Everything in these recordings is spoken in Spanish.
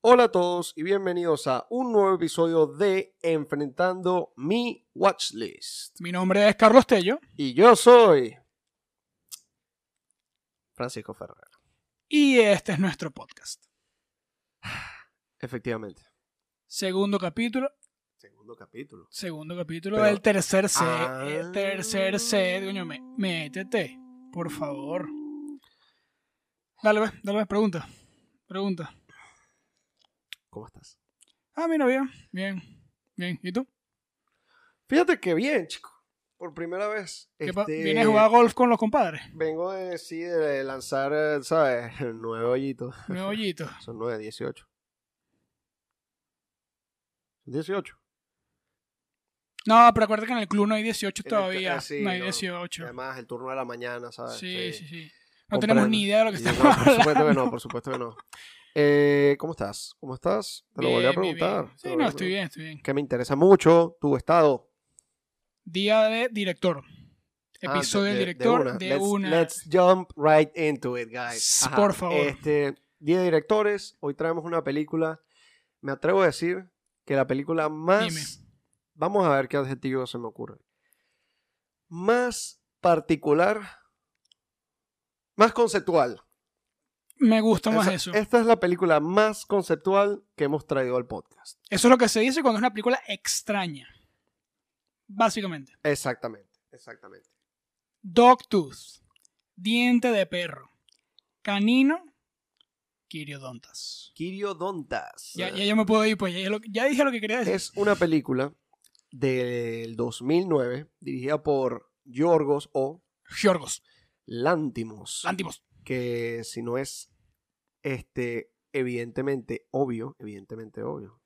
Hola a todos y bienvenidos a un nuevo episodio de Enfrentando mi Watchlist. Mi nombre es Carlos Tello Y yo soy Francisco Ferrer. y este es nuestro podcast. Efectivamente. Segundo capítulo, Segundo capítulo. segundo capítulo Pero- del tercer C, Ah. el tercer C, coño, me- métete, por favor. Dale, ve, dale, ve, pregunta, pregunta. ¿Cómo estás? Ah, mira, bien, bien, bien. ¿Y tú? Fíjate que bien, chico. Por primera vez. ¿Qué pa- este, ¿Vienes a jugar golf con los compadres? Vengo de, sí, de lanzar, eh, ¿sabes? Nueve hoyitos. Mi hoyito. Son nueve, dieciocho. Dieciocho. No, pero acuérdate que en el club no hay 18 En el ca- todavía, ah, sí, no hay no. 18. Además, el turno de la mañana, ¿sabes? Este, Sí, sí, sí. No tenemos Comprendo. ni idea de lo que Sí, no, estamos Por supuesto que hablando. no, por supuesto que no. Eh, ¿Cómo estás? ¿Cómo estás? Te lo volví a Bien, bien, bien. preguntar. te lo Sí, volví no, a estoy preguntar. bien, estoy bien. Que me interesa mucho tu estado. Día de director. Ah, Episodio de- del de- de director de let's, una. let's jump right into it, guys. S- por favor. Este, Día de directores. Hoy traemos una película. Me atrevo a decir que la película más. Vamos a ver qué adjetivo se me ocurre. Más particular. Más conceptual. Me gusta más Esa- eso. Esta es la película más conceptual que hemos traído al podcast. Eso es lo que se dice cuando es una película extraña. Básicamente. Exactamente, exactamente. Dogtooth. Diente de perro. Canino. Quiriodontas. Quiriodontas. Ya, ya yo me puedo ir, pues ya, ya lo- ya dije lo que quería decir. Es una película del 2009 dirigida por Yorgos o Giorgos. Lántimos. Lántimos. Que si no es este evidentemente obvio, evidentemente obvio.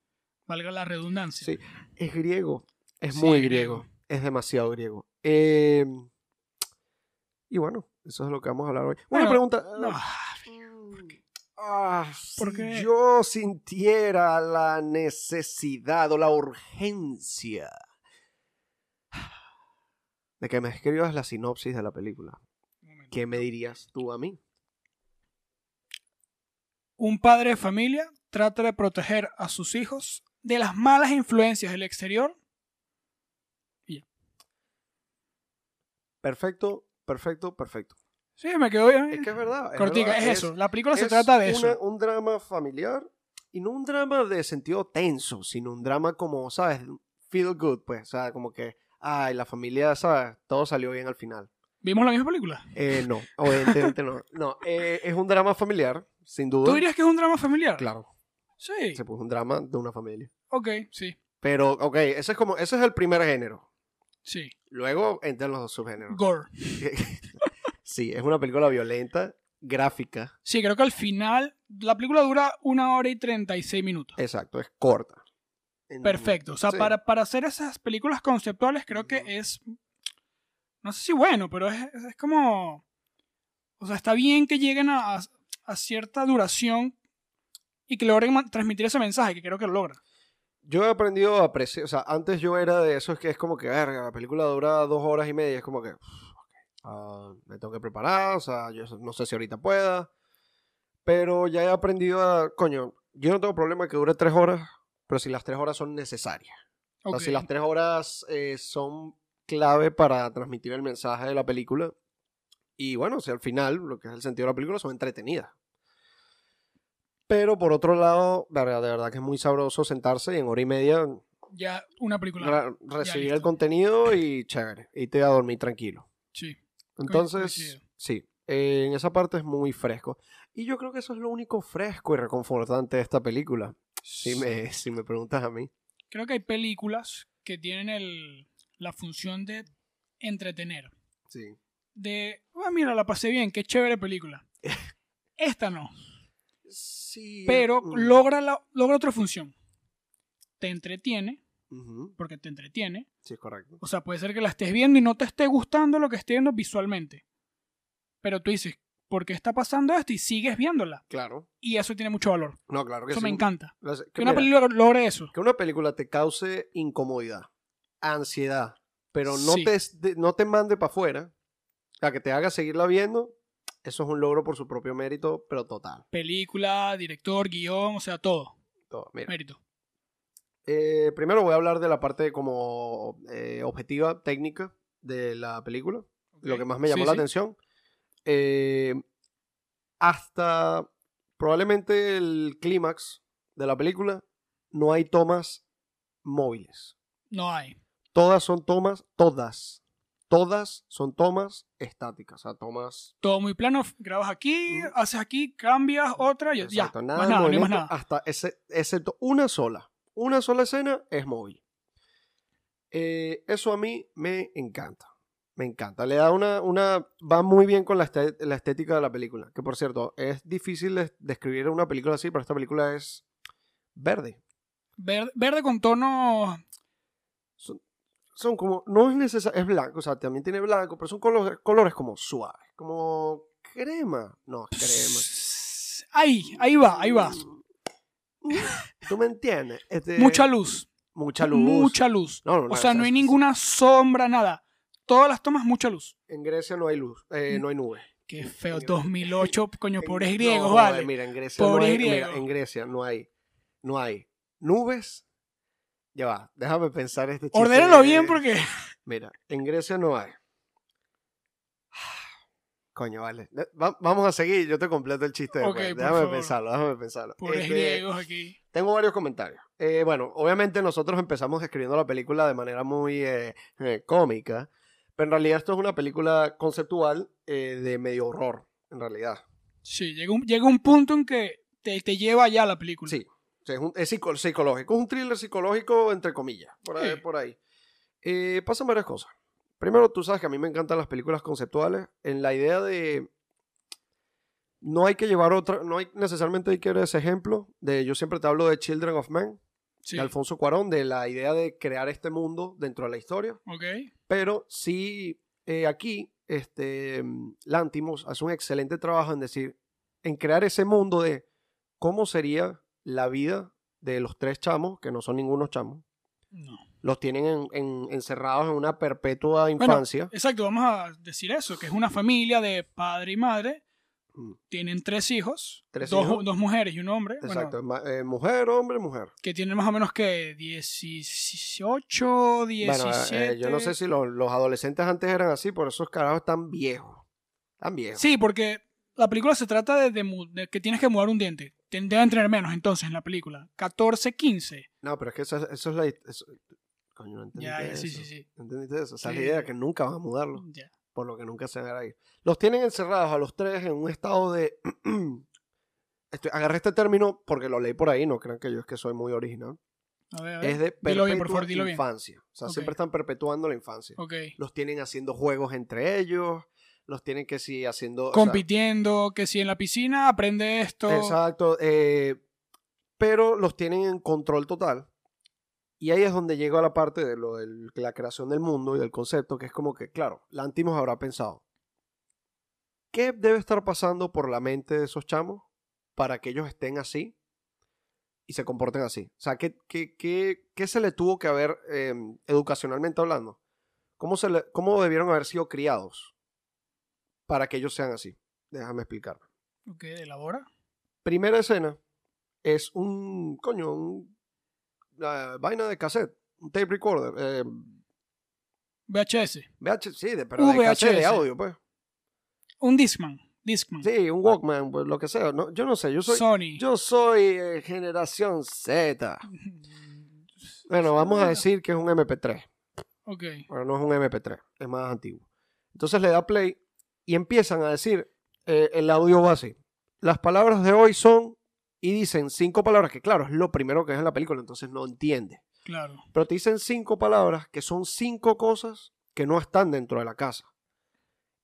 Valga la redundancia. Sí, es griego. Es Sí, muy griego. griego. Es demasiado griego. Eh, y bueno, eso es lo que vamos a hablar hoy. Una Bueno, pregunta. No, Ah, ¿Por si qué? yo sintiera la necesidad o la urgencia de que me escribas la sinopsis de la película, un momento. ¿qué me dirías tú a mí? Un padre de familia trata de proteger a sus hijos de las malas influencias del exterior. Perfecto, perfecto, perfecto. Sí, me quedo bien. Es que es verdad. es Cortica, verdad, es, eso. La película se es trata de una- eso. un drama familiar y no un drama de sentido tenso, sino un drama como, ¿sabes? Feel good, pues, o sea, como que, ay, la familia, ¿sabes? Todo salió bien al final. ¿Vimos la misma película? Eh, no, obviamente no. No, eh, es un drama familiar, sin duda. ¿Tú dirías que es un drama familiar? Claro, Sí. se puso un drama de una familia. Ok, sí. Pero, ok, ese es como, ese es el primer género. Sí. Luego entran los dos subgéneros. Gore. sí, es una película violenta, gráfica. Sí, creo que al final la película dura una hora y 36 minutos. Exacto, es corta. En- Perfecto. O sea, Mm, sí. para, para hacer esas películas conceptuales creo que Ujú. es... No sé si bueno, pero es, es como... O sea, está bien que lleguen a, a- a cierta duración y que logren ma- transmitir ese mensaje, que creo que lo logran. Yo he aprendido a apreciar, o sea, antes yo era de eso, es que es como que, verga, la película dura dos horas y media, es como que, "Uf, ok, ah, me tengo que preparar, o sea, yo no sé si ahorita pueda, pero ya he aprendido a, coño, yo no tengo problema que dure tres horas, pero si las tres horas son necesarias, o sea, Ok. si las tres horas eh, son clave para transmitir el mensaje de la película, y bueno, o sea, al final, lo que es el sentido de la película, son entretenidas. Pero por otro lado, verga, de verdad que es muy sabroso sentarse y en hora y media Ya una película. Ra- recibir el listo. contenido y chévere. Y te voy a dormir tranquilo. Sí. Entonces, coincido. sí, eh, en esa parte es muy fresco. Y yo creo que eso es lo único fresco y reconfortante de esta película. Si me, si me preguntas a mí. creo que hay películas que tienen el, la función de entretener. Sí. De, ah, mira, la pasé bien, qué chévere película. Esta no, Sí. pero mm, logra, la- logra otra función. Te entretiene, ujú, porque te entretiene. Sí, es correcto. O sea, puede ser que la estés viendo y no te esté gustando lo que estés viendo visualmente. Pero tú dices, ¿por qué está pasando esto? Y sigues viéndola. Claro. Y eso tiene mucho valor. No, claro que Eso sí. me encanta. Las- Que, Que una mira, película logre eso. que una película te cause incomodidad, ansiedad, pero no, Sí. te, es- de- no te mande para afuera, o sea, que te haga seguirla viendo, eso es un logro por su propio mérito, pero total. Película, director, guión, o sea, todo. todo. Mira, Mérito. eh, primero voy a hablar de la parte como eh, objetiva, técnica de la película. Lo que más me llamó Sí, la sí. atención. Eh, hasta probablemente el clímax de la película, no hay tomas móviles. No hay. Todas son tomas, todas. Todas son tomas estáticas, o sea, tomas... Todo muy plano. Grabas aquí, Ujú. haces aquí, cambias otra y ya. exacto, más nada, no hay más movimiento nada. Hasta ese, excepto una sola. Una sola escena es móvil. Eh, eso a mí me encanta. Me encanta. Le da una... una va muy bien con la, este- la estética de la película. Que por cierto, es difícil de- describir una película así, pero esta película es verde. Verde, verde con tono. Son como... No es necesario... Es blanco, o sea, también tiene blanco, pero son colores, colores como suaves. Como crema. No, es crema. Ahí, ahí va, ahí va. Mm, ¿Tú me entiendes? Este, Mucha luz. Mucha luz. Mucha luz. No, no, O sea, no hay es- ninguna sombra, nada. Todas las tomas, mucha luz. En Grecia no hay luz, eh, no hay nube. Qué feo. 2008, coño, pobres En- griegos, Eh, no, vale. Mira, en Grecia no Pobres hay, mira, griegos. en Grecia no hay, no hay nubes. Ya va, déjame pensar este chiste. Ordénalo de- bien porque. Mira, en Grecia no hay. Coño, vale. Va- vamos a seguir, yo te completo el chiste Ok, después. por déjame favor. pensarlo, déjame pensarlo. Pobres Este, griegos aquí. Tengo varios comentarios. Eh, bueno, obviamente nosotros empezamos escribiendo la película de manera muy eh, eh, cómica, pero en realidad esto es una película conceptual eh, de medio horror, en realidad. Sí, llega un, llega un punto en que te, te lleva allá la película. Sí, o sea, es, un- es psico- psicológico, es un thriller psicológico, entre comillas, por ahí. Sí. por ahí. Eh, pasan varias cosas. Primero, tú sabes que a mí me encantan las películas conceptuales, en la idea de... No hay que llevar otra, no hay necesariamente hay que ver ese ejemplo de, yo siempre te hablo de Children of Men, Sí. de Alfonso Cuarón, de la idea de crear este mundo dentro de la historia. Ok. Pero sí, eh, aquí, este, mm, Lantimos hace un excelente trabajo en decir, en crear ese mundo de cómo sería la vida de los tres chamos, que no son ningunos chamos. No. Los tienen en- en- encerrados en una perpetua infancia. Exacto, vamos a decir eso, que es una familia de padre y madre, Mm. tienen tres hijos, Tres dos, hijos. dos mujeres y un hombre, bueno, Exacto. ma- eh, mujer, hombre, mujer. que tienen más o menos que 18, 17. Bueno, eh, yo no sé si los, los adolescentes antes eran así, por esos carajos tan viejos. Tan viejos. Sí, porque la película se trata de, de mu- de que tienes que mudar un diente. Te- Deben tener menos entonces en la película. 14, 15. No, pero es que eso, es- eso es la... eso- Coño, no entendí Ya, ya, sí, eso. sí, sí. ¿Entendiste eso? O sea, la Sí. idea que nunca van a mudarlo, Ya. por lo que nunca se van a ir. Los tienen encerrados a los tres en un estado de... Estoy- agarré este término porque lo leí por ahí, no crean que yo es que soy muy original. A ver, a ver. Es de Dilo bien, perpetua por favor, dilo bien. infancia. O sea, Ok. siempre están perpetuando la infancia. Ok. Los tienen haciendo juegos entre ellos, los tienen que sí haciendo... o sea, Compitiendo, que si en la piscina aprende esto. Exacto. eh, pero los tienen en control total. Y ahí es donde llega la parte de lo del- la creación del mundo y del concepto, que es como que, claro, Lantimos habrá pensado. ¿Qué debe estar pasando por la mente de esos chamos para que ellos estén así y se comporten así? O sea, ¿qué, qué- qué- qué se le tuvo que haber, eh, educacionalmente hablando? ¿Cómo, se le- ¿Cómo debieron haber sido criados para que ellos sean así? Déjame explicar Ok, elabora. primera escena es un, coño, un, la vaina de cassette, un tape recorder, eh, VHS. VH, sí, de, pero de VHS. cassette de audio, pues. Un Discman. Discman. Sí, un Walkman, pues, lo que sea. No, yo no sé, yo soy, Mm. Sony. yo soy eh, generación Z. Bueno, vamos a decir que es un MP3, Ok. pero no es un MP3, es más antiguo. Entonces le da play y empiezan a decir, eh, el audio va así. Las palabras de hoy son, y dicen cinco palabras, que claro, es lo primero que es en la película, entonces no entiende. Claro. pero te dicen cinco palabras que son cinco cosas que no están dentro de la casa.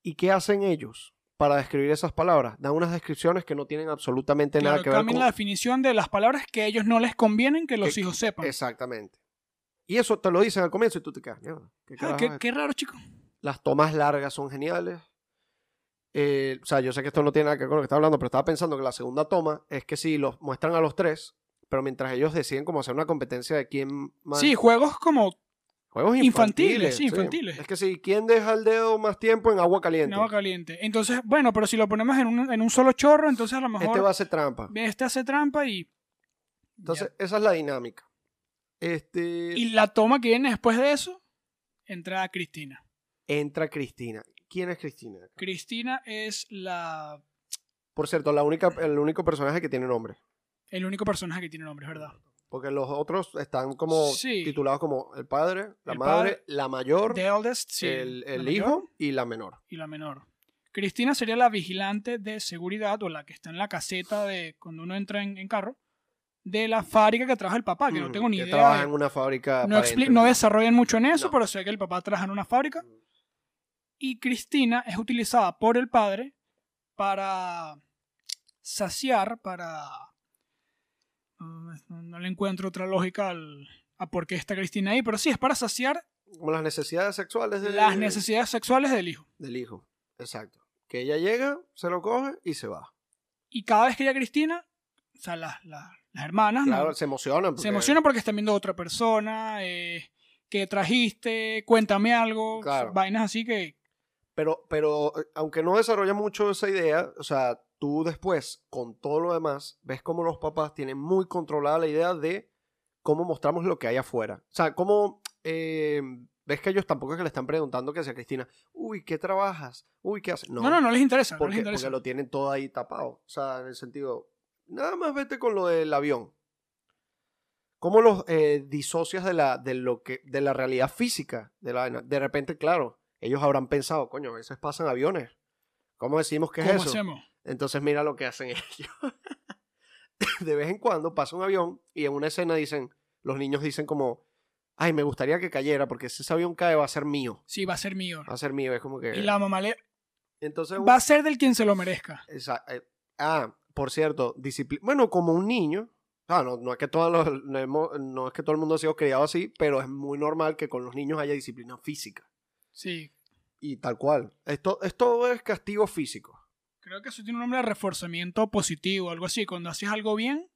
¿Y qué hacen ellos para describir esas palabras? Dan unas descripciones que no tienen absolutamente Claro, nada que ver cambien con... la definición de las palabras que a ellos no les convienen que los Que- hijos sepan. Exactamente. Y eso te lo dicen al comienzo y tú te quedas, "Mierda, ¿qué Ah, carajo es qué, esto?". qué raro, chico. Las tomas largas son geniales. Eh, o sea, yo sé que esto no tiene nada que ver con lo que está hablando, pero estaba pensando que la segunda toma es que sí, los muestran a los tres, pero mientras ellos deciden cómo hacer una competencia de quién más... Sí, juegos como Juegos Infantiles, infantiles. sí, infantiles. Es que sí, ¿quién deja el dedo más tiempo en agua caliente? en agua caliente. Entonces, bueno, pero si lo ponemos en un, en un solo chorro, entonces a lo mejor este va a hacer trampa. este hace trampa y Entonces, esa es la dinámica. Este, Y la toma que viene después de eso, entra Cristina. Entra Cristina. ¿Quién es Cristina? Cristina es la Por cierto, la única, el único personaje que tiene nombre. el único personaje que tiene nombre, es verdad. Porque los otros están como Sí. titulados como el padre, la El madre, padre, la mayor, The eldest, sí, el, la el mayor hijo y la menor. y la menor. Cristina sería la vigilante de seguridad o la que está en la caseta de cuando uno entra en, en carro de la fábrica que trabaja el papá, Ah, que no Mm, tengo ni que idea. trabaja de- en una fábrica. no, para expli- dentro. no desarrollan mucho en eso, No. Mm. pero sé que el papá trabaja en una fábrica. y Cristina es utilizada por el padre para saciar, para... No, no le encuentro otra lógica al- a por qué está Cristina ahí, pero sí, es para saciar Como las necesidades sexuales del, las necesidades sexuales del hijo. del hijo. Exacto. Que ella llega, se lo coge y se va. Y cada vez que llega Cristina, o sea, las, las- las hermanas ¿no? Claro, se emocionan. se porque- emocionan porque están viendo a otra persona, eh, que trajiste, cuéntame algo, Claro. vainas así que... Pero, pero eh, aunque no desarrolla mucho esa idea, o sea, tú después, con todo lo demás, ves cómo los papás tienen muy controlada la idea de cómo mostramos lo que hay afuera. O sea, cómo eh, ves que ellos tampoco es que le están preguntando que sea Cristina, uy, ¿qué trabajas? Uy, ¿qué haces? No, no, no, les interesa. no les porque, interesa. porque lo tienen todo ahí tapado. O sea, en el sentido, nada más vete con lo del avión. ¿Cómo los eh, disocias de la, de, lo que, de la realidad física? De, la, vaina? de repente, claro, ellos habrán pensado, coño, a veces pasan aviones. ¿Cómo decimos que es ¿Cómo eso? hacemos? Entonces mira lo que hacen ellos. de vez en cuando pasa un avión y en una escena dicen, los niños dicen como, ay, me gustaría que cayera porque si ese avión cae va a ser mío. Sí, va a ser mío. Va a ser mío, es como que... Y la mamá le, Entonces, va a ser del quien se lo merezca. Esa- eh, ah, por cierto, disciplina. Bueno, como un niño. Ah, no, no es que todos los- no, hemos- no es que todo el mundo ha sido criado así, pero es muy normal que con los niños haya disciplina física. Sí. Y tal cual. Esto, esto es castigo físico. Creo que eso tiene un nombre de reforzamiento positivo, algo así. Cuando haces algo bien,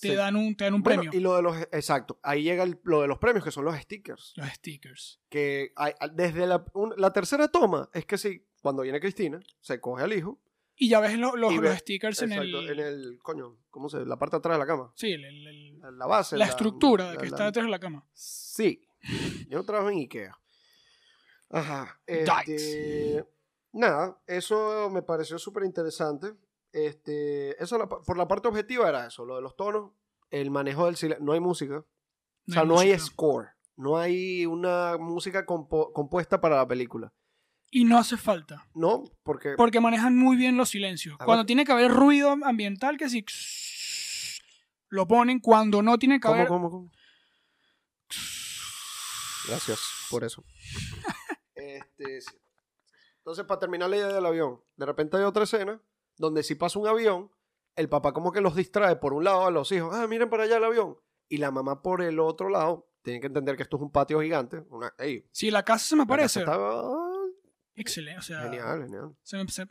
te Sí. dan un, te dan un Bueno, premio. Y lo de los. Exacto. Ahí llega el- lo de los premios, que son los stickers. Los stickers. Que hay- desde la, un- la tercera toma es que sí, cuando viene Cristina, se coge al hijo. Y ya ves lo- los, Y los ves- stickers en exacto, el, en el. Coño, ¿cómo se La parte de atrás de la cama. Sí, el- el- el- La, la base. la, estructura que la- está detrás de la cama. Sí. Yo trabajo en Ikea. Ajá. Este, Dikes. nada, eso me pareció súper interesante. Este, eso la pa- por la parte objetiva era eso, lo de los tonos, el manejo del silencio. No hay música. o sea, no hay música. score. No hay una música compo- compuesta para la película. Y no hace falta. No, porque... Porque manejan muy bien los silencios. Ahora- Cuando tiene que haber ruido ambiental, que si lo ponen. Cuando no tiene que ¿Cómo, haber. cómo, cómo? Gracias por eso. Este, sí. Entonces, para terminar la idea del avión, de repente hay otra escena donde si pasa un avión, el papá como que los distrae por un lado a los hijos, ah, miren para allá el avión, y la mamá por el otro lado, tienen que entender que esto es un patio gigante, una, ey, Sí, la casa se me la casa parece. está- ah, Excelente. O sea, genial, genial. se me- se-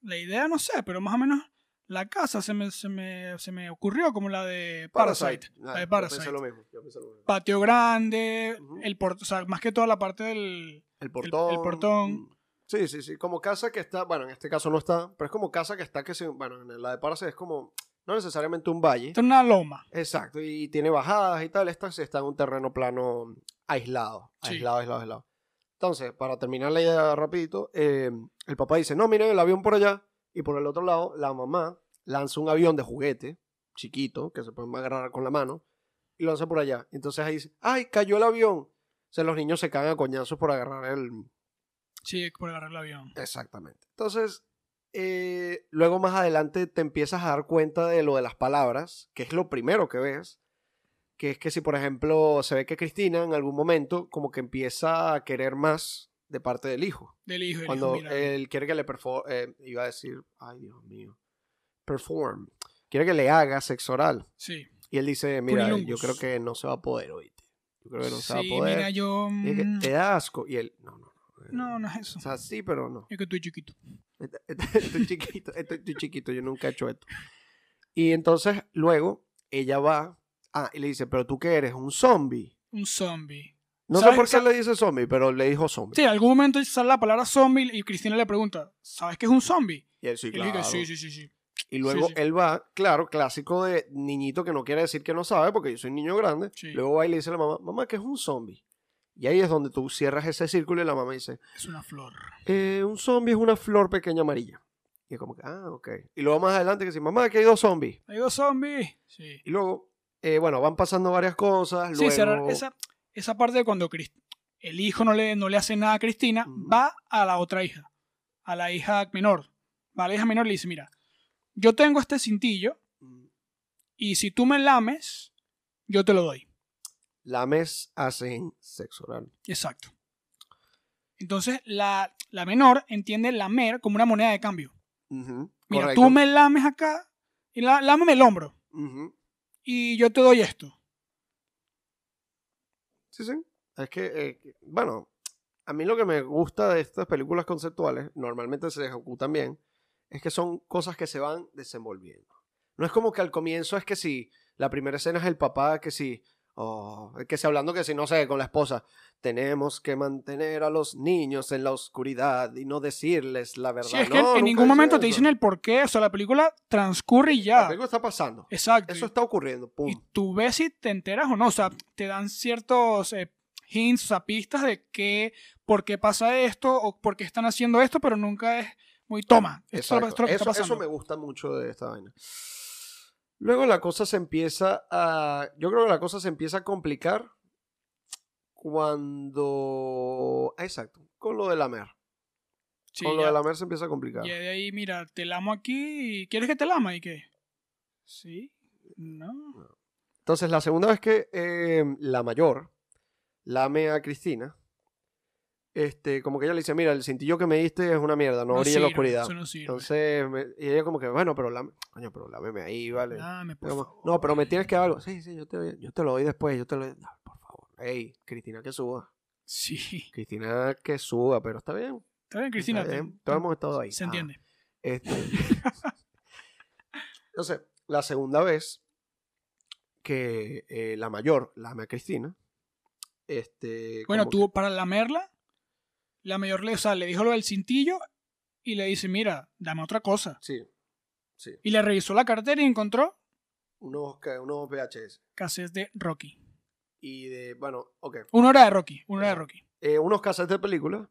la idea no sé, pero más o menos la casa se me, se me, se me ocurrió como la de Parasite. La Ah, de yo Parasite. pensé lo mismo, yo pensé lo mismo. Patio grande, Ujú. el por- o sea, más que toda la parte del... El portón. portón. Sí, sí, sí. Como casa que está, bueno, en este caso no está, pero es como casa que está, que se, bueno, en la de Parasite es como, no necesariamente un valle. Esto es una loma. Exacto, y tiene bajadas y tal. Esta sí está en un terreno plano aislado. Sí. Aislado, aislado, aislado. Entonces, para terminar la idea rapidito, eh, el papá dice, no, miren el avión por allá. Y por el otro lado, la mamá lanza un avión de juguete, chiquito, que se puede agarrar con la mano, y lo lanza por allá. Entonces ahí dice, ay, cayó el avión. Entonces los niños se cagan a coñazos por agarrar el, Sí, por agarrar el avión. Exactamente. Entonces, eh, luego más adelante te empiezas a dar cuenta de lo de las palabras, que es lo primero que ves, que es que si por ejemplo se ve que Cristina en algún momento como que empieza a querer más de parte del hijo, Del hijo. del cuando eh, hijo, mira. él quiere que le performe, iba a decir, ay Dios mío, perform, quiere que le haga sexo oral. sí. Y él dice, mira, yo Cunilingus. creo que no se va a poder, oíste. Yo creo que no se va a Sí, poder. mira, yo... Y es que, eh, mm, te da asco. Y él, no, no. No, no es eso. O sea, sí, pero no. Es que estoy chiquito. Estoy chiquito, estoy, estoy chiquito, yo nunca he hecho esto. Y entonces luego ella va ah, y le dice, pero tú qué eres, un zombie. Un zombie. No sé ¿Sabes por qué qué? le dice zombie, pero le dijo zombie. Sí, en algún momento sale la palabra zombie y Cristina le pregunta, ¿sabes qué es un zombie? Y él sí, Y le dice, claro. sí, sí, sí, sí. Y luego sí. él va, claro, clásico de niñito que no quiere decir que no sabe porque yo soy niño grande. Sí. Luego va y le dice a la mamá, mamá, que es un zombie. Y ahí es donde tú cierras ese círculo y la mamá dice, Es una flor. eh, un zombie es una flor pequeña amarilla. Y es como que, ah, ok. Y luego más adelante que dice, mamá, que hay dos zombies. Hay dos zombies. Sí. Y luego, eh, bueno, van pasando varias cosas. Ah, Luego, Sí, cerrar esa, esa parte de cuando Crist- el hijo no le, no le hace nada a Cristina, Ujú. va a la otra hija, a la hija menor. Va a la hija menor y le dice, mira, yo tengo este cintillo y si tú me lames, yo te lo doy. Lames hacen sexo oral. Exacto. Entonces la, la menor entiende lamer como una moneda de cambio. Ujú, Mira, correcto. tú me lames acá y la, lámame el hombro Ujú. y yo te doy esto. Sí, sí. Es que, eh, que- bueno, a mí lo que me gusta de estas películas conceptuales, normalmente se ejecutan bien, es que son cosas que se van desenvolviendo. No es como que al comienzo es que si la primera escena es el papá, que si, oh, que si hablando que si, no sé, con la esposa, tenemos que mantener a los niños en la oscuridad y no decirles la verdad. Sí, es que No, en nunca ningún dice momento te eso. dicen el por qué, o sea, la película transcurre y La ya. película está pasando. Exacto. Eso está ocurriendo, pum. Y tú ves si te enteras o no. O sea, te dan ciertos eh, hints, o sea, pistas de qué, por qué pasa esto o por qué están haciendo esto, pero nunca es muy toma. Esto, Exacto. es lo que está eso, eso pasando. me gusta mucho de esta vaina. Luego la cosa se empieza a. Yo creo que la cosa se empieza a complicar cuando. ah, Exacto. Con lo de la mer. Sí, con lo ya. de la mer se empieza a complicar. Y de ahí, mira, te lamo aquí. y- ¿Quieres que te lama? ¿Y qué? Sí. No. Entonces, la segunda vez que eh, la mayor lame a Cristina, este, como que ella le dice: Mira, el cintillo que me diste es una mierda, no, brilla en la sirve, oscuridad. Eso no sirve. Entonces, me- y ella como que, bueno, pero lame, coño, pero lámeme ahí, vale. Dame, por Como, favor. no, pero me tienes que dar algo. Sí, sí, yo te, doy- yo te lo doy después, yo te lo doy. No, por favor. Ey, Cristina que suba. Sí. Cristina que suba, pero está bien. Está bien, Cristina. está te- bien, Todos hemos estado ahí. Se Ah, entiende. este. Entonces, la segunda vez que eh, la mayor lame a Cristina, este... Bueno, como tú para lamerla, la mayor le, o sea, le dijo lo del cintillo y le dice, mira, dame otra cosa. que- sí, Y le revisó la cartera y encontró unos, ca- unos VHS. cassettes de Rocky. Y de, bueno, ok. Una hora de Rocky, una hora de Rocky. eh, unos cassettes de películas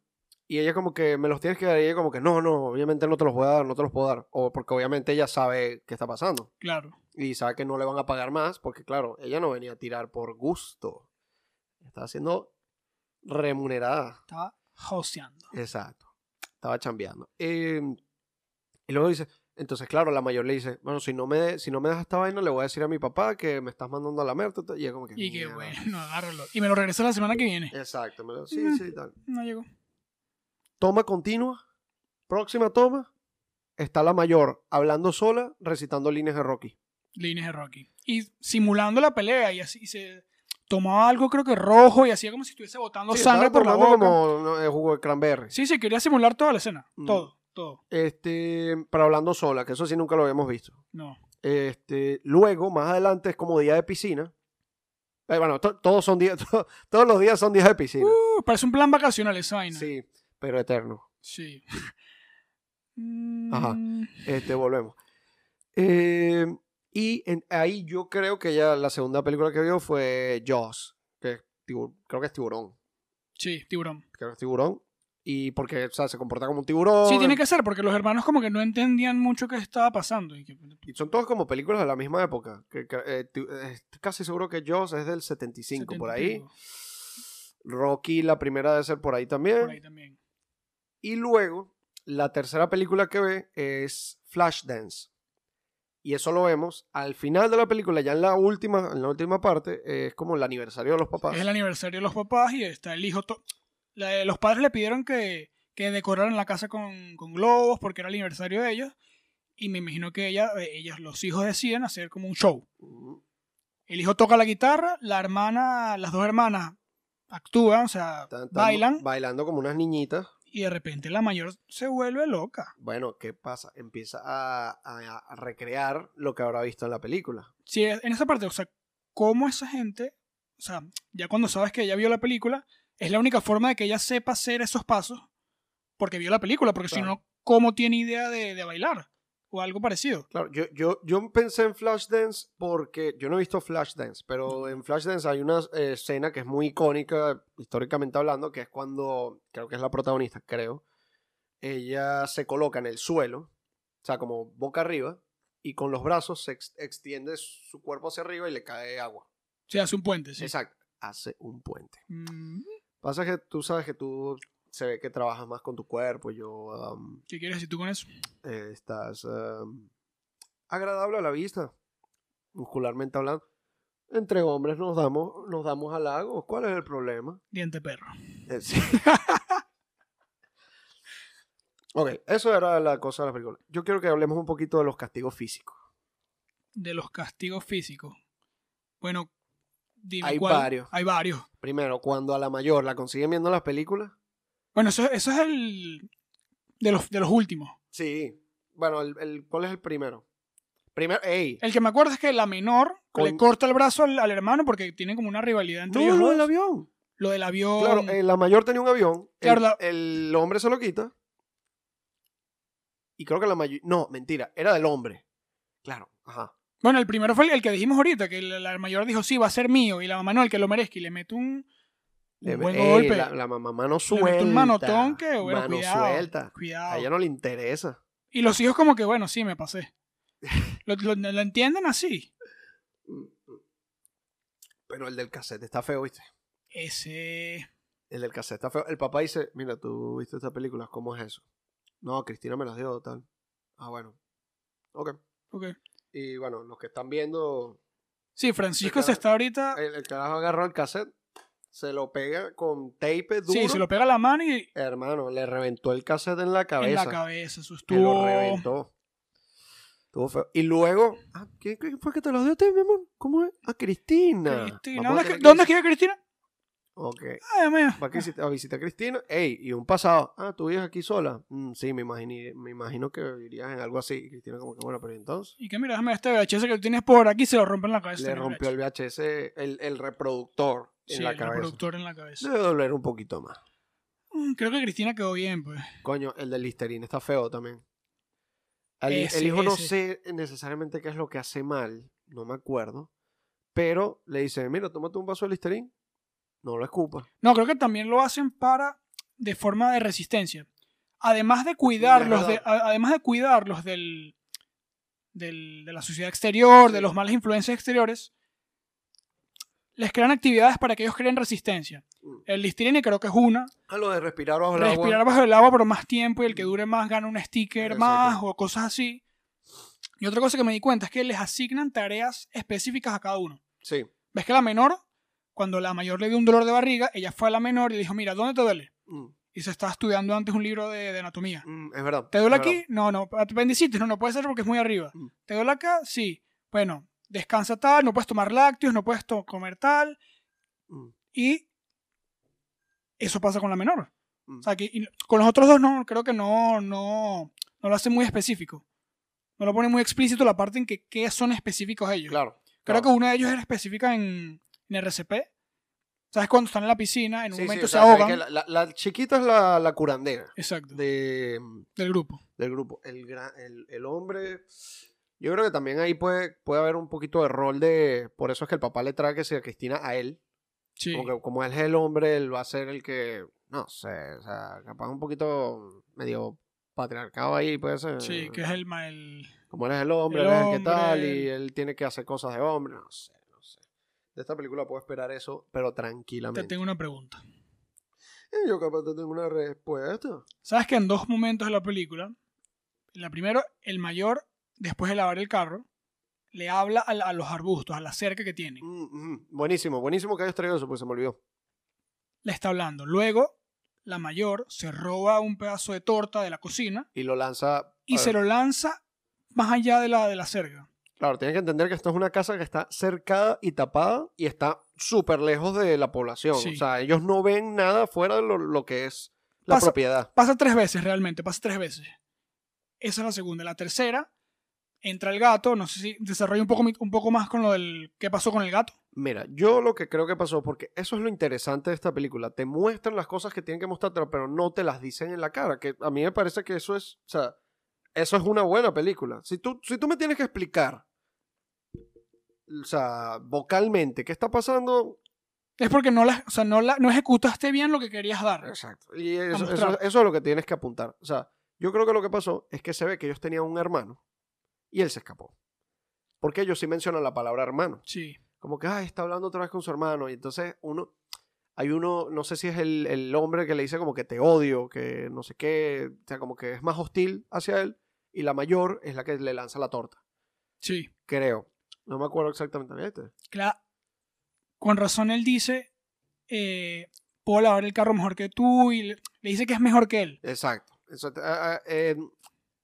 y ella como que me los tienes que dar y ella como que no, no, obviamente no te los voy a dar, no te los puedo dar. O porque obviamente ella sabe qué está pasando Claro. y sabe que no le van a pagar más porque claro, ella no venía a tirar por gusto. Estaba siendo remunerada. Estaba joseando. Exacto. Estaba chambeando. Eh, y luego dice, entonces claro, la mayor le dice, bueno, si no me, si no me das esta vaina le voy a decir a mi papá que me estás mandando a la merda. Y ella como que... Y que "Mierda". Eh. bueno, agárralo. Y me lo regresó la semana que viene. Exacto. me lo- sí, Mm. sí, tal. No llegó. Toma continua. Próxima toma. Está la mayor hablando sola, recitando líneas de Rocky. Líneas de Rocky. Y simulando la pelea y así se tomaba algo creo que rojo y hacía como si estuviese botando Sí, sangre estaba por la boca. tomando como no, eh, jugo de cranberry. Sí, sí, quería simular toda la escena. Mm. Todo, todo. Este, pero hablando sola, que eso sí nunca lo habíamos visto. No. Este, luego, más adelante, es como día de piscina. Eh, bueno, to- todos son días, to- todos los días son días de piscina. Uh, parece un plan vacacional esa vaina. sí, pero eterno. Sí. Ajá. Mm, Este, volvemos. Eh, y en- ahí yo creo que ya la segunda película que vio fue Jaws, que es tibu- creo que es tiburón. Sí, tiburón. creo que es tiburón. Y porque, o sea, se comporta como un tiburón. Sí, tiene que ser, porque los hermanos como que no entendían mucho qué estaba pasando. Y que- pues, Y son todas como películas de la misma época. Que, que, eh, ti- eh, estoy casi seguro que Jaws es del 75, por 70 y ahí. pico, Rocky, la primera debe ser por ahí también. Por ahí también. Y luego, la tercera película que ve es Flashdance. Y eso lo vemos al final de la película, ya en la última, en la última parte, eh, es como el aniversario de los papás. Es el aniversario de los papás y está el hijo. to- la- los padres le pidieron que, que decoraran la casa con, con globos porque era el aniversario de ellos. Y me imagino que ella, eh, ellas, los hijos deciden hacer como un show. Ujú. El hijo toca la guitarra, la hermana, las dos hermanas actúan, o sea, Están- están bailan. Bailando como unas niñitas. Y de repente la mayor se vuelve loca. Bueno, ¿qué pasa? Empieza a, a- a recrear lo que habrá visto en la película. Sí, e, en esa parte, o sea, cómo esa gente, o sea, ya cuando sabes que ella vio la película, es la única forma de que ella sepa hacer esos pasos porque vio la película, porque si Claro. no, ¿cómo tiene idea de, de bailar? o algo parecido. Claro, yo, yo, yo pensé en Flashdance porque yo no he visto Flashdance, pero en Flashdance hay una eh, escena que es muy icónica, históricamente hablando, que es cuando, creo que es la protagonista, creo, ella se coloca en el suelo, o sea, como boca arriba, y con los brazos se ex- extiende su cuerpo hacia arriba y le cae agua. Se hace un puente, sí. Exacto, hace un puente. Mm, Pasa que tú sabes que tú se ve que trabajas más con tu cuerpo, yo... am, ¿Qué quieres decir tú con eso? eh, estás em, agradable a la vista, muscularmente hablando. Entre hombres nos damos, nos damos halagos. ¿Cuál es el problema? Diente perro. Eh, sí. ok, eso era la cosa de la película. Yo quiero que hablemos un poquito de los castigos físicos. De los castigos físicos. Bueno, dime Hay cuál. varios. Hay varios. Primero, cuando a la mayor la consiguen viendo las películas. Bueno, eso, eso es el. De los, de los últimos. Sí. Bueno, el, el- ¿cuál es el primero? Primero, ey. El que me acuerdo es que la menor le Con- corta el brazo al, al hermano porque tienen como una rivalidad entre No, ellos. lo dos. del avión. Lo del avión. Claro, eh, la mayor tenía un avión. el- Claro, la- el, hombre se lo quita. Y creo que la mayor. No, mentira, era del hombre. Claro, ajá. Bueno, el primero fue el, el que dijimos ahorita, que la, la mayor dijo, sí, va a ser mío. Y la mamá no, el que lo merezca. Y le mete un, Le- un buen ey, golpe. La, la mamá mano Le suelta. mete un manotón que, bueno, mano cuidado. suelta. Cuidado. A ella no le interesa. Y los hijos como que, bueno, sí, me pasé. Lo, lo- lo entienden así. Mm, Pero el del cassette está feo, ¿viste? Ese... El del cassette está feo. El papá dice: Mira, tú viste esta película, ¿cómo es eso? No, Cristina me las dio, tal. Ah, bueno. Ok. ok. Y bueno, los que están viendo, Sí, Francisco Claro. se está ahorita... el, el carajo agarró el cassette, se lo pega con tape duro. Sí, se lo pega a la mano y Hermano, le reventó el cassette en la en cabeza. la cabeza. Eso Que lo estuvo... reventó. Estuvo feo. Y luego. Ah, ¿quién, quién fue que te los dio a ti, mi amor? ¿Cómo es? A Cristina. Cristina, Vamos ¿Dónde, a es tener que- que ¿Dónde es visitar- que vive Cristina? Ok. Ay, Dios mío. Va a visitar, a visitar a Cristina. Ey, y un pasado. Ah, ¿tú vives aquí sola? Mm, sí, me, imaginé, me imagino que vivirías en algo así. Y Cristina, como que bueno, pero ¿y entonces. Y que mira, déjame este VHS que tú tienes por aquí, se lo rompe en la cabeza. Le en el rompió el VHS, el, el reproductor en Sí, la el cabeza. reproductor en la cabeza. Debe doler un poquito más. Mm, Creo que Cristina quedó bien, pues. Coño, el del Listerine está feo también. El, el Ese, hijo no ese. sé necesariamente qué es lo que hace mal, no me acuerdo, pero le dice, mira, tómate un vaso de Listerine, no lo escupas. No, creo que también lo hacen para de forma de resistencia. Además de es cuidarlos, verdad. de, a- además de cuidarlos del, del- de la sociedad exterior, de Sí. los malas influencias exteriores, les crean actividades para que ellos creen resistencia. Mm. El Listerine creo que es una. A lo de respirar bajo el Respirar agua. bajo el agua por más tiempo y el que dure más gana un sticker Exacto. más o cosas así. Y otra cosa que me di cuenta es que les asignan tareas específicas a cada uno. Sí, ¿Ves que la menor, cuando la mayor le dio un dolor de barriga, ella fue a la menor y le dijo, mira, ¿dónde te duele? Mm, Y se estaba estudiando antes un libro de, de anatomía. mm, es verdad. ¿Te duele es aquí? verdad. No, no. ¿Apendicitis? No, no puede ser porque es muy arriba. Mm. ¿Te duele acá? Sí. Bueno, descansa tal, no puedes tomar lácteos, no puedes to- comer tal. Mm, Y eso pasa con la menor. mm. O sea, que y con los otros dos no, creo que no, no, no lo hacen muy específico. No lo ponen muy explícito la parte en que qué son específicos ellos. Claro. Creo que uno de ellos era específica en, en RCP. ¿Sabes? Cuando están en la piscina, en un Sí, sí, momento o se sea, ve ahogan. que la, la- la chiquita es la, la curandera Exacto, de, del grupo. del grupo. El, gra- el, el hombre. Yo creo que también ahí puede, puede haber un poquito de rol de. Por eso es que el papá le trae que sea Cristina a él. Sí. Como, que como él es el hombre, él va a ser el que, no sé, o sea, capaz un poquito medio patriarcado ahí, puede ser. Sí, que es el, ma- el- Como él es el hombre, el él es el que hombre, tal, el- y él tiene que hacer cosas de hombre, no sé, no sé. De esta película puedo esperar eso, pero Te tranquilamente. tengo una pregunta. Eh, Yo capaz te tengo una respuesta. ¿Sabes que en dos momentos de la película, en la primero, el mayor, después de lavar el carro, le habla a, la- a los arbustos, a la cerca que tienen. Mm, mm, buenísimo, buenísimo que hayas traído eso, pues se me olvidó. Le está hablando. Luego, la mayor se roba un pedazo de torta de la cocina Y lo lanza. y a se ver, lo lanza más allá de la, de la cerca. Claro, tienen que entender que esto es una casa que está cercada y tapada y está súper lejos de la población. Sí. O sea, ellos no ven nada fuera de lo, lo que es la Pasa- propiedad. Pasa tres veces realmente, pasa tres veces. Esa es la segunda. La tercera, entra el gato. No sé si desarrolla un poco, mi- un poco más con lo del qué pasó con el gato. Mira, yo lo que creo que pasó, porque eso es lo interesante de esta película, te muestran las cosas que tienen que mostrarte, pero no te las dicen en la cara, que a mí me parece que eso es, o sea, Eso es una buena película. Si tú, si tú me tienes que explicar, o sea, vocalmente, qué está pasando, Es porque no, la, o sea, no, la, no ejecutaste bien lo que querías dar. Exacto. Y eso, mostrar. eso- eso es lo que tienes que apuntar. O sea, yo creo que lo que pasó es que se ve que ellos tenían un hermano y él se escapó. Porque ellos sí mencionan la palabra hermano. Sí. Como que, ay, está hablando otra vez con su hermano. Y entonces uno, hay uno, no sé si es el, el hombre que le dice como que te odio, que no sé qué, o sea, como que es más hostil hacia él. Y la mayor es la que le lanza la torta, Sí. creo. No me acuerdo exactamente. ¿viste? Cla- con razón él dice, eh, puedo lavar el carro mejor que tú y le, le dice que es mejor que él. Exacto. Eso te- ah, ah, eh,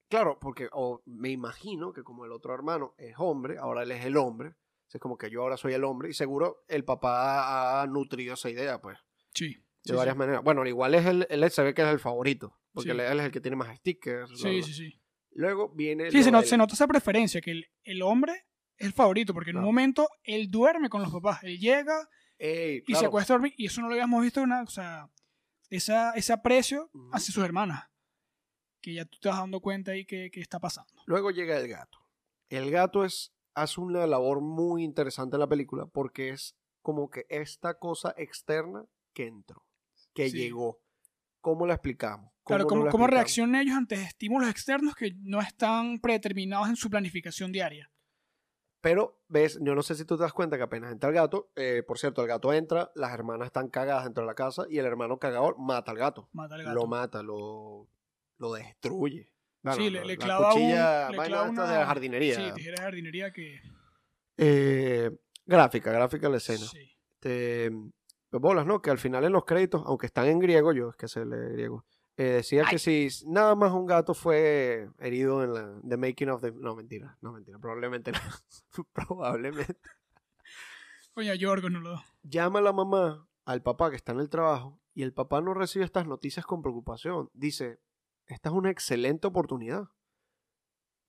claro, porque o me imagino que como el otro hermano es hombre, ahora él es el hombre. O sea, Es como que yo ahora soy el hombre y seguro el papá ha nutrido esa idea, pues, Sí. de Sí, sí. varias maneras. Bueno, igual es el, él se ve que es el favorito, porque Sí. él, él es el que tiene más stickers. bla, Sí, bla. sí, sí. Luego viene... Sí, se, lo no- del- se nota esa preferencia, que el, el hombre es el favorito, porque en Claro. un momento él duerme con los papás, él llega Ey, y se claro. acuesta a dormir, y eso no lo habíamos visto, en nada, o sea, esa, ese aprecio Ujú. hacia sus hermanas, que ya tú te vas dando cuenta ahí que, que está pasando. Luego llega el gato. El gato es, hace una labor muy interesante en la película porque es como que esta cosa externa que entró, que Sí. llegó. ¿Cómo la explicamos? Claro, no cómo, la cómo explicamos? reaccionan ellos ante estímulos externos que no están predeterminados en su planificación diaria. Pero, ves, yo no sé si tú te das cuenta que apenas entra el gato, eh, por cierto, el gato entra, las hermanas están cagadas dentro de la casa y el hermano cagador mata al gato. Mata al gato. Lo mata, lo, lo destruye. Sí, le- le la clava un- cuchilla, le vaina clava esta de una- la jardinería. Sí, tijera de jardinería que... Eh, gráfica, gráfica la escena. sí. este, pues, bolas, ¿no? Que al final en los créditos, aunque están en griego, yo es que sé leer griego, eh, decía que si nada más un gato fue herido en la the making of the... No, mentira, no, mentira, probablemente no. probablemente. Oye, Yorgo no lo... Llama la mamá al papá que está en el trabajo y el papá no recibe estas noticias con preocupación. Dice, esta es una excelente oportunidad.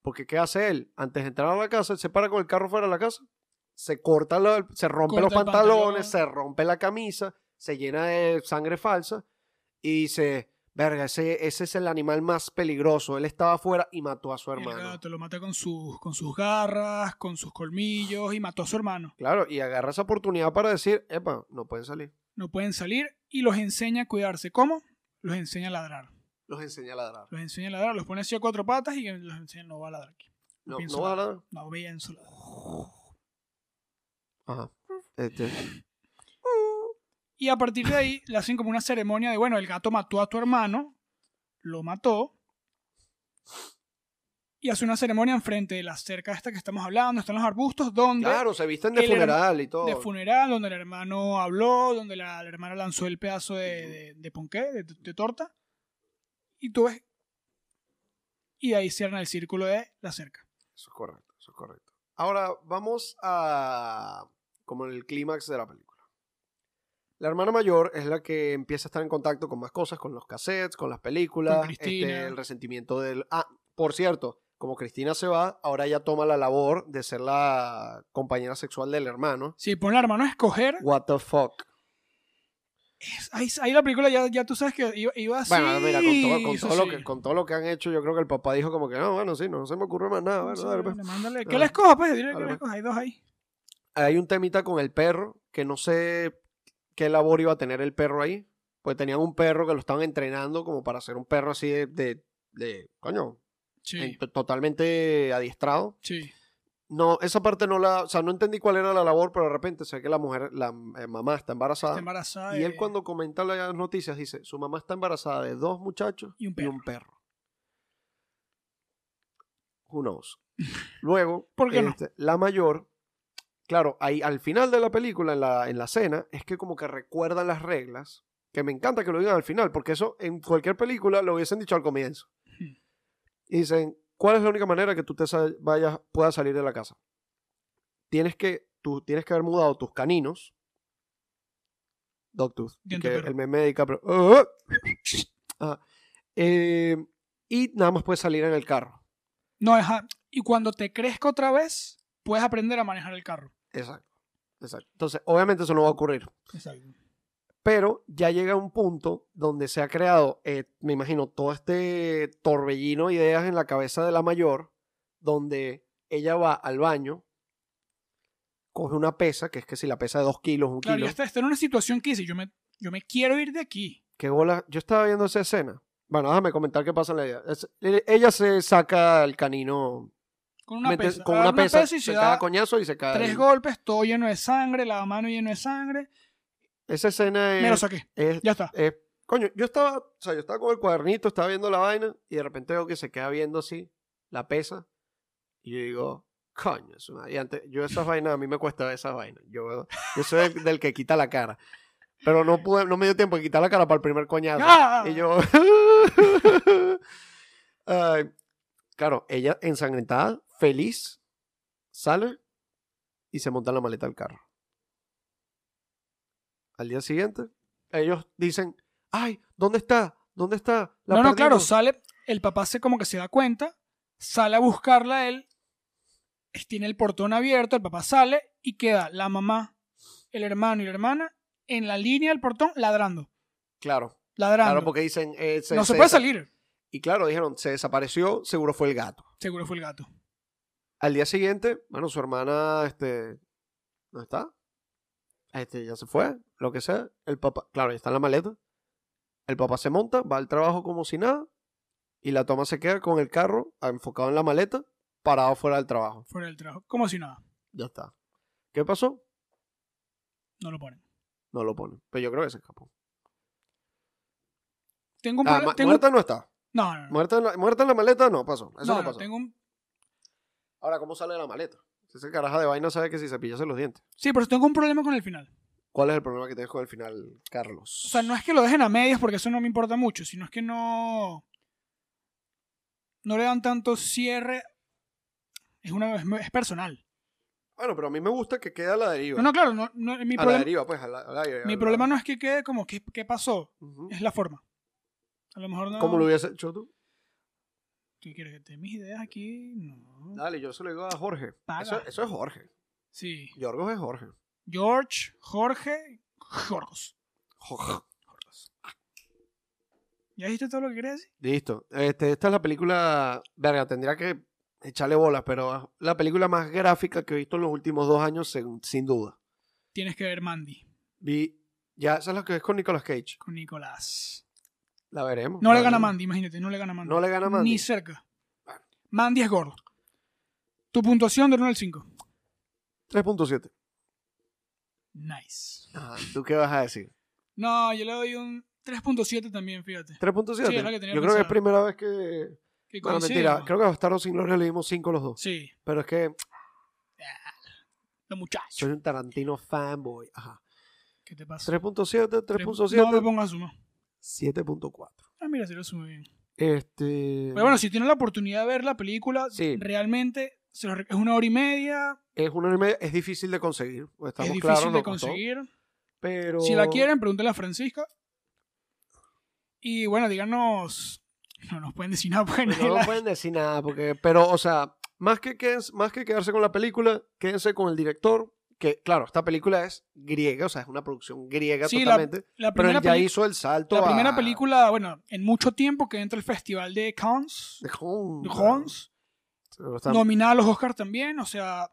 Porque ¿qué hace él? Antes de entrar a la casa, él se para con el carro fuera de la casa. Se corta, la- se rompe Corta los el pantalones, pantalón. se rompe la camisa, se llena de sangre falsa y dice, verga, ese, ese es el animal más peligroso. Él estaba afuera y mató a su El hermano. gato lo mata con sus, con sus garras, con sus colmillos y mató a su hermano. Claro, y agarra esa oportunidad para decir, epa, no pueden salir. No pueden salir y los enseña a cuidarse. ¿Cómo? Los enseña a ladrar. Los enseña a ladrar. Los enseña a ladrar, los pone así a cuatro patas y los enseña no va a ladrar aquí. No, pienso no va a ladrar. No pienso ladrar. Ajá. Este, Y a partir de ahí le hacen como una ceremonia de, bueno, el gato mató a tu hermano, lo mató. Y hace una ceremonia enfrente de la cerca esta que estamos hablando, están los arbustos donde claro, se visten de el herma- funeral y todo. de funeral, donde el hermano habló, donde la, la hermana lanzó el pedazo de, de, de ponqué, de, de torta. Y tú ves. Y de ahí cierran el círculo de la cerca. Eso es correcto, eso es correcto. Ahora vamos a como el clímax de la película. La hermana mayor es la que empieza a estar en contacto con más cosas, con los cassettes, con las películas, Con Cristina. este, el resentimiento del... Ah, por cierto, como Cristina se va, ahora ella toma la labor de ser la compañera sexual del hermano. Si pone la hermano a escoger, What the fuck. es- ahí, ahí la película ya, ya tú sabes que iba, iba así. Bueno, mira, con todo, con, hizo todo lo así. que, con todo lo que han hecho, yo creo que el papá dijo como que no, bueno, sí, no, se me ocurre más nada. Bueno, Sí, dale, pues". le mándale- Ah. Que la escoja, pues, dile que Dale, la pues. escoja. Hay dos ahí. hay un temita con el perro, que no sé qué labor iba a tener el perro ahí. Pues tenían un perro que lo estaban entrenando como para ser un perro así de, de, de- coño, Sí, en- to- totalmente adiestrado. sí. No, esa parte no la, o sea, no entendí cuál era la labor, pero de repente sé que la mujer, la eh, mamá está embarazada. Está embarazada. y él eh, cuando comenta las noticias dice, su mamá está embarazada de dos muchachos Y un perro. Who knows. Luego, ¿Por qué no? este, la mayor, claro, ahí, al final de la película, en la, en la cena, es que como que recuerdan las reglas, que me encanta que lo digan al final, porque eso en cualquier película lo hubiesen dicho al comienzo. Hmm. Y dicen, ¿cuál es la única manera que tú te sa- vayas, puedas salir de la casa? Tienes que, tú tienes que haber mudado tus caninos. Dogtooth. y Diente que perro. el meme de DiCaprio, "Ah, ah". Ajá. Eh, y nada más puedes salir en el carro. No, ajá. Y cuando te crezca otra vez, puedes aprender a manejar el carro. Exacto. Exacto. Entonces, obviamente eso no va a ocurrir. Exacto. Pero ya llega un punto donde se ha creado, eh, me imagino, todo este torbellino de ideas en la cabeza de la mayor, donde ella va al baño, coge una pesa, que es que si la pesa de dos kilos, un Claro, este kilo. ya está, está en una situación que dice, yo me, yo me quiero ir de aquí. que bola. Yo estaba viendo esa escena. Bueno, déjame comentar qué pasa en la idea. Es- e- ella se saca el canino Con una mete- pesa. con Ah, una pesa, y se se da caga coñazo y se cae. tres golpes, todo lleno de sangre, la mano lleno de sangre. Esa escena Me lo es, saqué, es- ya está. es- Eh, Coño, yo estaba, o sea, yo estaba con el cuadernito, estaba viendo la vaina y de repente veo que se queda viendo así la pesa y yo digo, coño, es una... y antes, yo esas vainas, a mí me cuesta ver esas vainas. Yo, yo soy del, del que quita la cara. Pero no pude, no me dio tiempo de quitar la cara para el primer coñazo. ¡Ah! Y yo. Ay, claro, ella ensangrentada, feliz, sale y se monta en la maleta del carro. Al día siguiente, ellos dicen: ¡Ay, ¿dónde está? ¿Dónde está? La No, no, claro, perdimos". sale, el papá se como que se da cuenta, sale a buscarla a él, es- tiene el portón abierto, el papá sale y queda la mamá, el hermano y la hermana en la línea del portón ladrando, Claro, ladrando. claro, porque dicen: eh, no se, puede salir. Y claro, dijeron: Se desapareció, seguro fue el gato. Seguro fue el gato. Al día siguiente, bueno, su hermana, este, no está. Este, ya se fue, lo que sea. El papá, claro, ya está en la maleta. El papá se monta, va al trabajo como si nada. Y la toma se queda con el carro ah, enfocado en la maleta, parado fuera del trabajo. Fuera del trabajo. Como si nada. Ya está. ¿Qué pasó? No lo ponen. No lo pone. Pero yo creo que se escapó. Tengo un Ah, problema. ma- tengo- Muerta no está. No, no, no. Muerta en, la, muerta en la maleta no pasó. Eso No, no, no, pasó. tengo un- Ahora, ¿cómo sale de la maleta? Ese caraja de vaina sabe que si se pillase los dientes. Sí, pero tengo un problema con el final. ¿Cuál es el problema que tienes con el final, Carlos? O sea, no es que lo dejen a medias porque eso no me importa mucho, sino es que no. No le dan tanto cierre. Es, una, es, es personal. Bueno, pero a mí me gusta que queda a la deriva. No, no, claro, no, no, mi, a la problema, deriva, pues, al, al aire. mi al- problema no es que quede como, ¿qué, qué pasó? Ujú. Es la forma. A lo mejor no. ¿Cómo lo hubiese hecho tú? ¿Tú quieres que te dé mis ideas aquí? No. Dale, yo se lo digo a Jorge. Paga. Eso, eso es Jorge. Sí. Yorgos es Jorge. George, Jorge, Jorgos. Jorge. ¿Ya dijiste todo lo que querías decir? Listo. Este, esta es la película. Verga, tendría que echarle bolas, pero es la película más gráfica que he visto en los últimos dos años, sin, sin duda. Tienes que ver Mandy Vi. Ya, esa es la que es con Nicolas Cage. con Nicolás. La veremos. No la le gana veremos. Mandy, imagínate, no le gana Mandy. No le gana Mandy. Ni cerca. Mandy es gordo. Tu puntuación del 1 al 5. 3.7. Nice. Ajá, ¿Tú qué vas a decir? No, yo le doy un 3.7 también, fíjate. 3.7. Sí, es Yo la que creo tenía que es pensada. primera vez que. Que Bueno, coincidimos. mentira. Creo que a Bastardo sin Gloria le dimos 5 los dos. Sí, Pero es que los muchachos. soy un Tarantino fanboy. Ajá. ¿Qué te pasa? 3.7, No me 3.7, pongas suma. 7.4. Ah, mira, se lo sube bien. Este. Pero bueno, si tienen la oportunidad de ver la película, Sí. realmente se los re- es una hora y media. es una hora y media, es difícil de conseguir. pues, Estamos es difícil claros, de nos costó, conseguir. pero. Si la quieren, pregúntenle a Francisca. Y bueno, díganos. No nos pueden decir nada, porque pues nadie no la- nos pueden decir nada, porque. Pero, o sea, más que, quédense- más que quedarse con la película, quédense con el director. Que, claro, esta película es griega, o sea, es una producción griega Sí, totalmente. la pero primera él ya peli- hizo el salto. La a- primera película, bueno, en mucho tiempo que entra el festival de Cannes, De Holmes. de Cannes, Pero está- nominada a los Oscars también, o sea,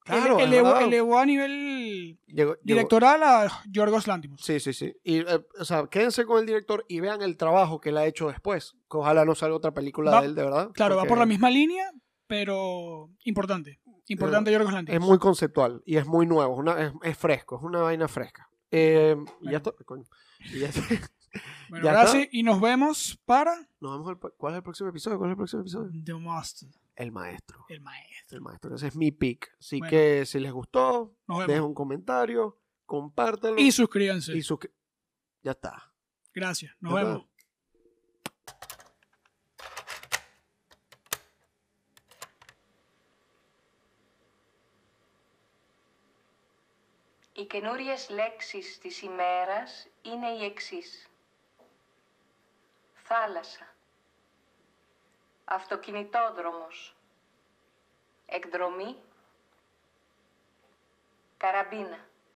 Claro, ele- es elevó, verdad. elevó a nivel llegó- llegó- directoral a Yorgos Lantimos. Sí, sí, sí. Y, eh, o sea, quédense con el director y vean el trabajo que él ha hecho después. Que ojalá no salga otra película Va- de él, de verdad. Claro, va porque por la misma línea, pero importante, importante Yorgos Es Lantimos. muy conceptual y es muy nuevo. es una- es, es fresco, es una vaina fresca. Eh, y ya está. coño. Y ya está. bueno, ya ahora está. sí, y nos vemos para Nos vemos al- ¿Cuál es el próximo episodio? ¿Cuál es el próximo episodio? The Master, El maestro. el maestro. El maestro. Ese es mi pick. Así Bueno. que si les gustó, Nos vemos. dejen un comentario, compártanlo Y suscríbanse. y suscri- Ya está. Gracias, nos Ya está. vemos. Οι καινούριες λέξεις της ημέρας είναι οι εξής. Θάλασσα. Αυτοκινητόδρομος. Εκδρομή. Καραμπίνα.